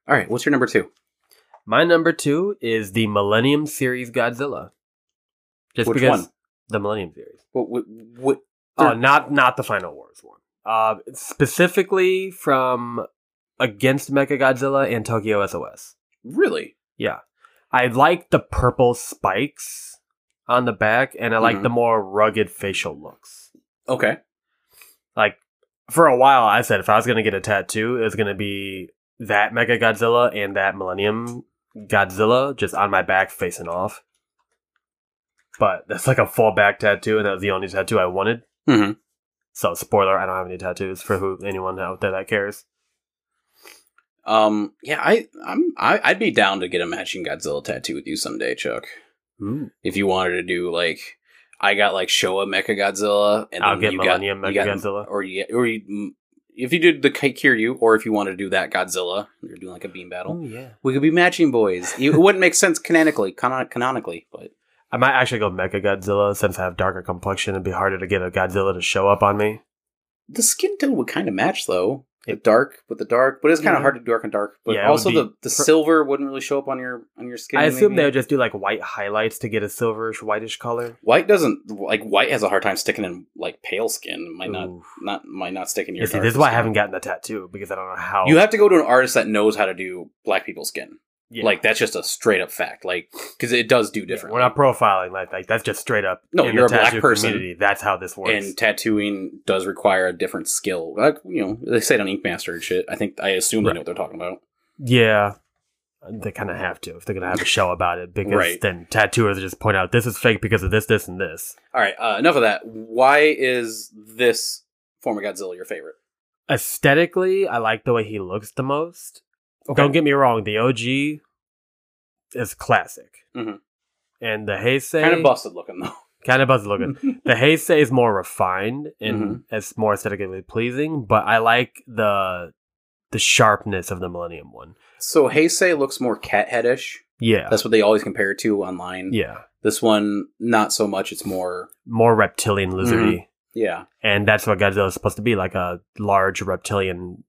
S1: All right, what's your number two?
S3: My number two is the Millennium Series Godzilla. Just
S1: Which
S3: because
S1: one?
S3: the Millennium Series.
S1: What? What? what
S3: Oh,
S1: Sure.
S3: not not the Final Wars one. Uh, specifically from against Mechagodzilla and Tokyo SOS.
S1: really?
S3: Yeah, I like the purple spikes on the back, and I like
S1: Mhm.
S3: the more rugged facial looks.
S1: Okay.
S3: Like for a while, I said if I was gonna get a tattoo, it was gonna be that Mechagodzilla and that Millennium Godzilla just on my back facing off. But that's like a full back tattoo, and that was the only tattoo I wanted.
S1: hmm
S3: So spoiler, I don't have any tattoos for who anyone out there that cares.
S1: Um. Yeah. I. I'm. I, I'd be down to get a matching Godzilla tattoo with you someday, Chuck. If you wanted to do like, I got like Showa Mecha Godzilla, and
S3: I'll
S1: then
S3: get
S1: you
S3: Millennium
S1: got, you got-
S3: Mechagodzilla.
S1: or you, or you, if you did the Kaikiryu, or if you wanted to do that Godzilla, you're doing like a beam battle.
S3: yeah.
S1: We could be matching boys. It wouldn't make sense canonically, canon- canonically, but
S3: I might actually go Mecha Godzilla since I have darker complexion. It'd be harder to get a Godzilla to show up on me.
S1: the skin tone would kind of match though. The
S3: It-
S1: dark with the dark, but it's kind of
S3: Yeah.
S1: hard to dark and dark. But
S3: Yeah, it
S1: also
S3: would be
S1: the, the
S3: pr-
S1: silver wouldn't really show up on your on your skin.
S3: I assume they
S1: maybe.
S3: would just do like white highlights to get a silverish whitish color.
S1: white doesn't like white has a hard time sticking in like pale skin. It Might not
S3: Ooh.
S1: not might not stick in your.
S3: You see,
S1: dark
S3: this is why I
S1: skin.
S3: haven't gotten a tattoo because I don't know how.
S1: You have to go to an artist that knows how to do black people's skin.
S3: Yeah.
S1: Like that's just a straight up fact. Like because it does do
S3: Yeah,
S1: different.
S3: We're not profiling like, like that's just straight up.
S1: No,
S3: in the
S1: you're a black
S3: tattoo
S1: person.
S3: community, That's how this works.
S1: and tattooing does require a different skill. Like you know, they say it on Ink Master and shit. I think I assume they
S3: Right.
S1: know what they're talking about.
S3: yeah, they kind of have to if they're gonna have a show about it because
S1: Right.
S3: then tattooers just point out this is fake because of this, this, and this.
S1: All right, uh, enough of that. Why is this form of Godzilla your favorite?
S3: aesthetically, I like the way he looks the most.
S1: Okay.
S3: Don't get me wrong, the OG is classic,
S1: Mhm.
S3: and the Heisei
S1: Kind of busted looking though.
S3: kind of buzz looking. the Heisei is more refined and it's more aesthetically pleasing, but I like the the sharpness of the Millennium one.
S1: so Heisei looks more cat headish.
S3: Yeah,
S1: That's what they always compare it to online.
S3: yeah,
S1: This one, not so much. It's more
S3: more reptilian lizardy.
S1: yeah.
S3: And that's what Godzilla is supposed to be like a large reptilian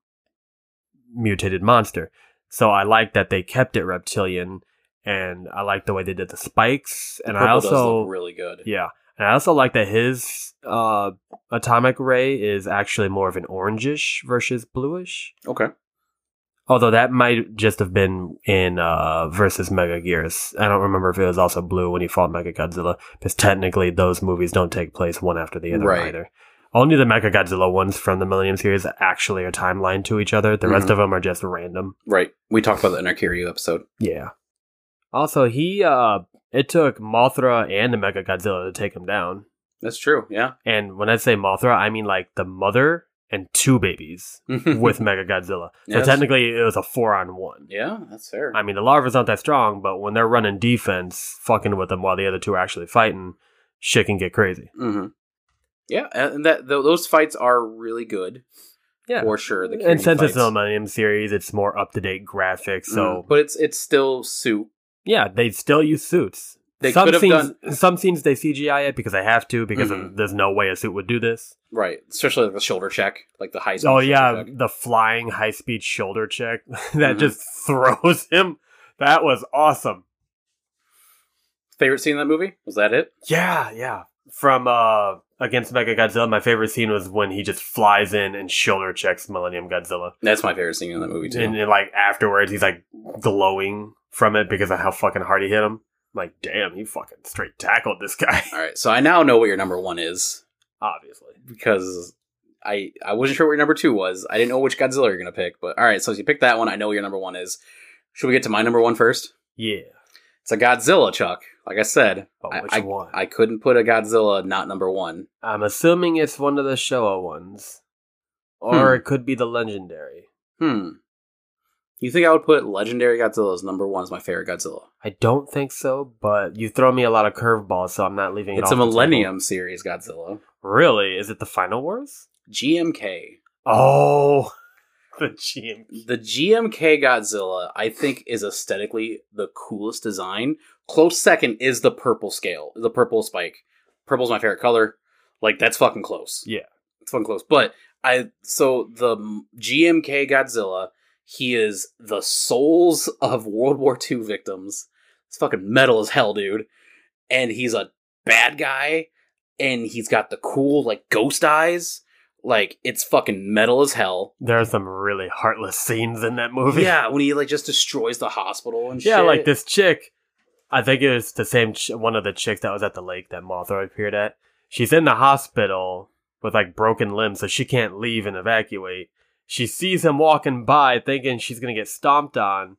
S3: mutated monster. So I like that they kept it reptilian and I like the way they did the spikes and I
S1: Purple does
S3: also
S1: look really good.
S3: yeah, and I also like that his uh atomic ray is actually more of an orangish versus bluish.
S1: Okay.
S3: Although that might just have been in uh versus Mega Gears. I don't remember if it was also blue when he fought Mega Godzilla, because technically those movies don't take place one after the other
S1: Right.
S3: either. Only the Mega Godzilla ones from the Millennium series actually are timelined to each other. The rest
S1: Mhm.
S3: of them are just random.
S1: Right. We talked about that in our Kiryu episode.
S3: Yeah. Also, he uh it took Mothra and the Mega Godzilla to take him down.
S1: That's true. Yeah.
S3: And when I say Mothra, I mean like the mother and two babies with Mega Godzilla. So
S1: Yes.
S3: technically, it was a four on one.
S1: yeah, that's fair.
S3: I mean, the larva's not that strong, but when they're running defense, fucking with them while the other two are actually fighting, shit can get crazy.
S1: hmm Yeah, and that th- those fights are really good
S3: Yeah.
S1: for sure. The
S3: and
S1: Kiryu
S3: since
S1: fights.
S3: it's the Millennium series, it's more up to date graphics. So
S1: Mhm. but it's it's still suit.
S3: yeah, they still use suits.
S1: They
S3: some
S1: could have
S3: scenes,
S1: done
S3: some scenes they CGI it because they have to because
S1: Mhm.
S3: there's no way a suit would do this.
S1: right, especially like the shoulder check, like the high.
S3: oh
S1: shoulder
S3: yeah,
S1: check.
S3: the flying high speed shoulder check that
S1: Mhm.
S3: just throws him. That was awesome.
S1: favorite scene in that movie was that it?
S3: Yeah, yeah. From uh against Mega Godzilla, my favorite scene was when he just flies in and shoulder checks Millennium Godzilla.
S1: That's my favorite scene in that movie too.
S3: And then, like afterwards he's like glowing from it because of how fucking hard he hit him. Like, damn, he fucking straight tackled this guy.
S1: All right, so I now know what your number one is
S3: Obviously.
S1: because I I wasn't sure what your number two was. I didn't know which Godzilla you're gonna pick, but all right, so if you picked that one, I know what your number one is. Should we get to my number one first?
S3: Yeah.
S1: It's a Godzilla, Chuck. Like I said,
S3: But
S1: I-
S3: which one?
S1: I couldn't put a Godzilla not number one.
S3: I, am assuming it's one of the Showa ones. Or it could be the legendary.
S1: Hmm. You think I would put Legendary Godzilla as number one as my favorite Godzilla?
S3: I don't think so, but you throw me a lot of curveballs, so I'm not leaving it.
S1: It's
S3: off
S1: a
S3: the table.
S1: Millennium series Godzilla.
S3: Really? Is it the Final Wars?
S1: GMK.
S3: Oh, the GM.
S1: The GMK Godzilla, I think, is aesthetically the coolest design. Close second is the purple scale, the purple spike. Purple's my favorite color. Like that's fucking close.
S3: Yeah.
S1: it's fucking close. But I so the m- GMK Godzilla, he is the souls of World War II victims. It's fucking metal as hell, dude. And he's a bad guy, and he's got the cool like ghost eyes. Like it's fucking metal as hell.
S3: There are some really heartless scenes in that movie.
S1: Yeah, when he like just destroys the hospital and shit.
S3: Yeah, like this chick. I think it was the same ch- one of the chicks that was at the lake that Mothra appeared at. She's in the hospital with like broken limbs, so she can't leave and evacuate. She sees him walking by, thinking she's gonna get stomped on,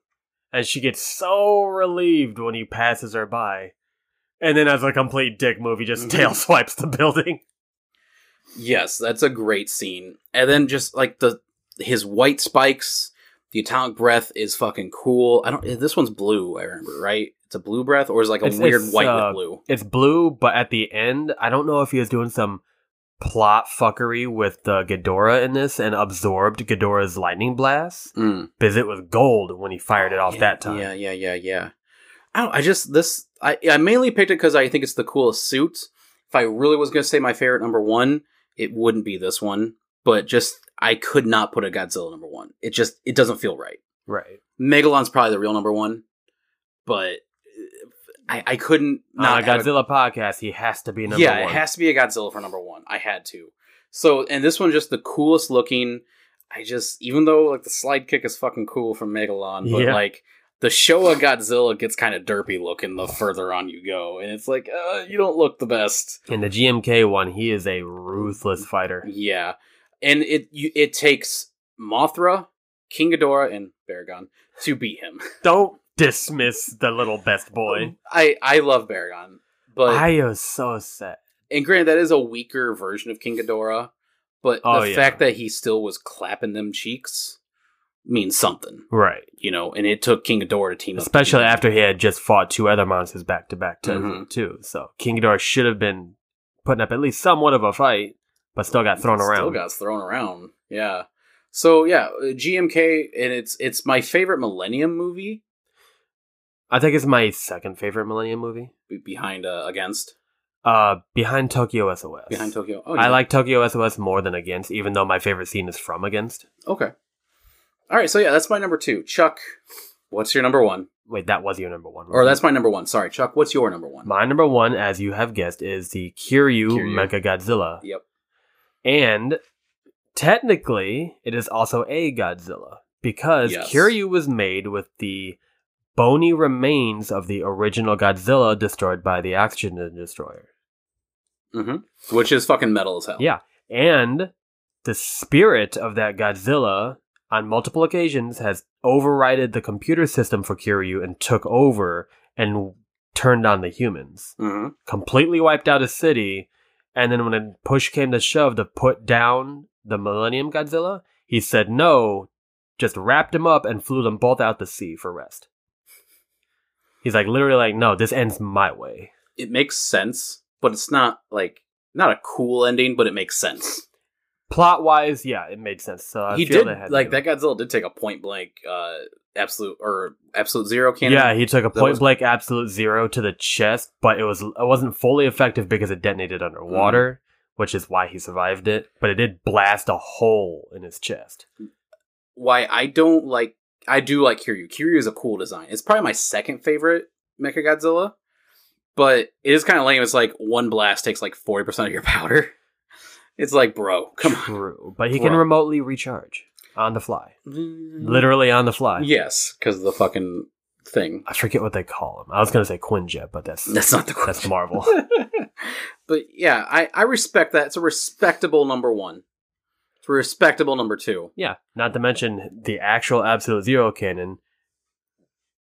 S3: and she gets so relieved when he passes her by. And then, as a complete dick move, he just tail swipes the building.
S1: Yes, that's a great scene. And then just like the his white spikes, the atomic breath is fucking cool. I don't. This one's blue. I remember right. It's a blue breath, or is it like a
S3: It's-
S1: weird
S3: it's,
S1: white
S3: uh,
S1: with blue.
S3: It's blue, but at the end, I don't know if he was doing some plot fuckery with uh, Ghidorah in this and absorbed Ghidorah's lightning blast
S1: Mm.
S3: because it was gold when he fired it off
S1: Oh, yeah,
S3: that time.
S1: Yeah, yeah, yeah, yeah. I don't. I just this. I I mainly picked it because I think it's the coolest suit. If I really was gonna say my favorite number one, it wouldn't be this one. But just I could not put a Godzilla number one. It just it doesn't feel right.
S3: Right.
S1: Megalon's probably the real number one, but uh, I, I couldn't
S3: On
S1: not
S3: a
S1: have a-
S3: Uh, Godzilla podcast, he has to be number
S1: yeah,
S3: one.
S1: it has to be a Godzilla for number one. I had to. So, and this one's just the coolest looking. I just, even though like the slide kick is fucking cool from Megalon, but
S3: Yeah.
S1: like the Showa Godzilla gets kind of derpy looking the further on you go, and it's like uh, you don't look the best.
S3: In the GMK one, he is a ruthless fighter.
S1: Yeah, and it you, it takes Mothra, King Ghidorah, and Baragon to beat him.
S3: Don't dismiss the little best boy.
S1: I I love Baragon, but
S3: I was so upset.
S1: And granted, that is a weaker version of King Ghidorah, but
S3: Oh,
S1: the
S3: yeah.
S1: fact that he still was clapping them cheeks means something,
S3: Right.
S1: you know. And it took King Ghidorah to team up,
S3: Especially after he had just fought two other monsters back to back too.
S1: Mhm.
S3: too. So King Ghidorah should have been putting up at least somewhat of a fight, but still got thrown
S1: Still
S3: around.
S1: got thrown around, yeah. So yeah, uh, GMK, and it's it's my favorite Millennium movie
S3: I think it's my second favorite Millennium movie,
S1: be- behind uh, Against,
S3: uh, behind Tokyo SOS.
S1: behind Tokyo. Oh,
S3: I
S1: yeah.
S3: like Tokyo SOS more than Against, even though my favorite scene is from Against.
S1: Okay, all right. So yeah, that's my number two. Chuck, what's your number one?
S3: Wait, that was your number one.
S1: Or
S3: wasn't
S1: that's my number one. Sorry, Chuck, what's your number
S3: it?
S1: one?
S3: my number one, as you have guessed, is the Kiryu,
S1: Kiryu.
S3: Mechagodzilla,
S1: Yep.
S3: and technically, it is also a Godzilla because
S1: Yes.
S3: Kiryu was made with the bony remains of the original Godzilla destroyed by the oxygen destroyer.
S1: Mm-hmm. Which is fucking metal as hell.
S3: Yeah. And the spirit of that Godzilla, on multiple occasions, has overrided the computer system for Kiryu and took over and turned on the humans.
S1: Mm-hmm.
S3: Completely wiped out a city. And then when a push came to shove to put down the Millennium Godzilla, he said no, just wrapped him up and flew them both out to sea for rest. He's like, literally, like, no, this ends my way.
S1: it makes sense, but it's not like not a cool ending, but it makes sense.
S3: Plot wise, yeah, it made sense. So I
S1: he
S3: feel
S1: did
S3: that had to
S1: like
S3: do-
S1: that Godzilla did take a point blank uh absolute or absolute zero cannon.
S3: yeah, he took a
S1: that
S3: point
S1: was-
S3: blank absolute zero to the chest, but it was it wasn't fully effective because it detonated underwater,
S1: Mm-hmm.
S3: which is why he survived it. But it did blast a hole in his chest.
S1: Why I don't like I do like Kiryu. Kiryu is a cool design. It's probably my second favorite Mecha Godzilla, but it is kind of lame. It's like one blast takes like forty percent of your powder. It's like, bro, come on.
S3: True, but he can
S1: Bro.
S3: remotely recharge on the fly, literally on the fly.
S1: Yes, because of the fucking thing.
S3: I forget what they call him. I was gonna say Quinjet, but that's
S1: That's not the question.
S3: that's Marvel.
S1: but yeah, I, I respect that. It's a respectable number one. It's a respectable number two.
S3: Yeah, not to mention the actual absolute zero cannon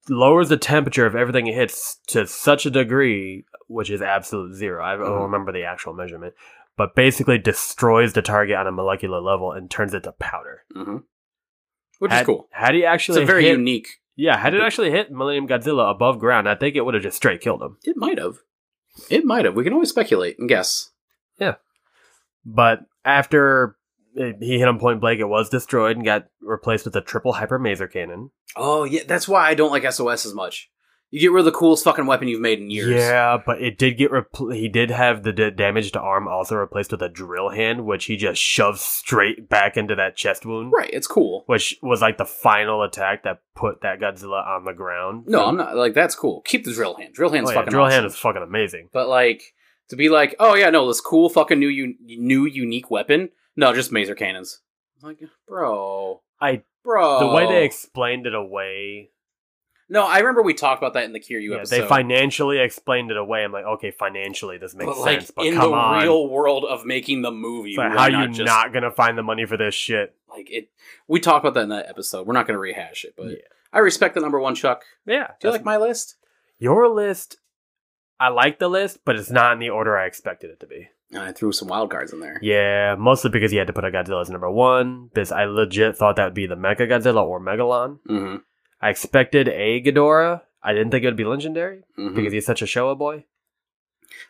S3: lowers the temperature of everything it hits to such a degree, which is absolute zero. I don't
S1: Mhm.
S3: remember the actual measurement, but basically destroys the target on a molecular level and turns it to powder.
S1: Mm-hmm. which
S3: had,
S1: is cool.
S3: Had he
S1: It's
S3: actually
S1: a very
S3: hit-
S1: unique.
S3: Yeah, had it actually hit Millennium Godzilla above ground, I think it would have just straight killed him.
S1: It might have. It might have. We can always speculate and guess.
S3: But after it- he hit him point blank, it was destroyed and got replaced with a triple hyper maser cannon.
S1: Oh yeah, that's why I don't like SOS as much. You get rid of the coolest fucking weapon you've made in years.
S3: Yeah, but it did get repl- he did have the d- damage to arm also replaced with a drill hand, which he just shoved straight back into that chest wound,
S1: Right, it's cool.
S3: which was like the final attack that put that Godzilla on the ground.
S1: No, I'm not like that's cool. Keep the drill hand. Drill hand's
S3: Oh, yeah,
S1: fucking
S3: drill
S1: awesome.
S3: hand is fucking amazing.
S1: But like to be like, oh yeah, no, this cool fucking new un- new unique weapon. No, just maser cannons. I'm like, bro,
S3: I
S1: bro.
S3: the way they explained it away
S1: no, I remember we talked about that in the Kiryu
S3: Yeah,
S1: episode.
S3: they financially explained it away. I'm like, okay, financially this makes
S1: but like
S3: sense, but
S1: in
S3: come
S1: the
S3: on,
S1: real world of making the movie,
S3: It's like,
S1: why
S3: how are you
S1: just-
S3: not gonna find the money for this shit?
S1: like it? We talked about that in that episode. We're not going to rehash it, but
S3: Yeah.
S1: I respect the number one Chuck.
S3: Yeah,
S1: Do you like my list?
S3: your list? I like the list, but it's not in the order I expected it to be.
S1: And I threw some wild cards in there.
S3: Yeah, mostly because you had to put a Godzilla as number one. Because I legit thought that would be the Mega Godzilla or Megalon.
S1: hmm
S3: I expected a Ghidorah. I didn't think it would be legendary because he's such a Showa boy.
S1: mm-hmm.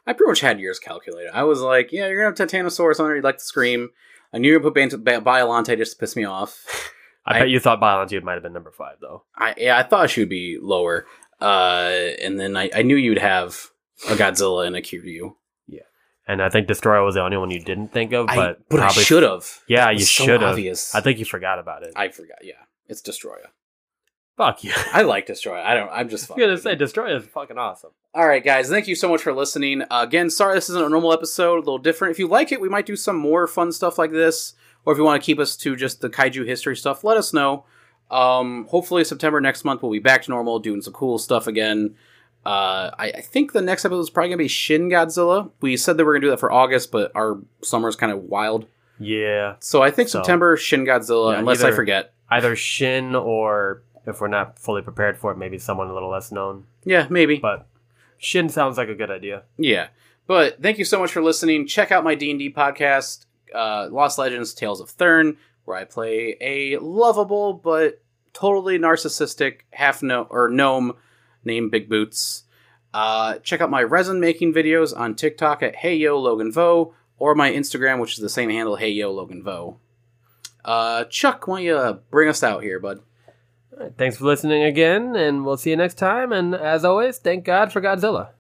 S1: I pretty much had yours calculated. I was like, yeah, you're gonna have Titanosaurus on there. You'd like to scream. I knew you would put Bant- Ba- Biolante just to piss me off.
S3: I,
S1: I-
S3: bet you thought Biollante might have been number five though.
S1: I yeah, I thought she would be lower. Uh, and then I, I knew you'd have a Godzilla and a Kiryu.
S3: And I think Destroyer was the only one you didn't think of,
S1: I-
S3: but,
S1: but I
S3: probably
S1: should have.
S3: Yeah,
S1: It
S3: you
S1: was so
S3: should have.
S1: obvious.
S3: I think you forgot about it.
S1: I forgot. Yeah, it's Destroya.
S3: Fuck you.
S1: I like Destroya. I don't. I'm just.
S3: I'm
S1: Fucking
S3: gonna say Destroyer is fucking awesome.
S1: All right, guys. Thank you so much for listening. Uh, again, sorry this isn't a normal episode. A little different. If you like it, we might do some more fun stuff like this. Or if you want to keep us to just the kaiju history stuff, let us know. Um, hopefully, September next month we'll be back to normal, doing some cool stuff again. Uh, I, I think the next episode is probably gonna be Shin Godzilla. We said that we are gonna do that for August, but our summer's kind of wild,
S3: Yeah,
S1: so I think
S3: So-
S1: September Shin Godzilla,
S3: Yeah,
S1: unless I
S3: either-
S1: forget.
S3: either Shin or if we're not fully prepared for it, maybe someone a little less known.
S1: Yeah, maybe.
S3: But Shin sounds like a good idea.
S1: Yeah. But thank you so much for listening. Check out my D&D podcast, uh, Lost Legends Tales of Thurn, where I play a lovable but totally narcissistic half no or gnome named Big Boots. Uh, check out my resin making videos on TikTok at Hey Yo Logan Vo or my Instagram, which is the same handle Hey Yo Logan Vo. Uh, Chuck, why don't you uh, bring us out here, bud?
S3: All right, thanks for listening again, and we'll see you next time. And as always, thank God for Godzilla.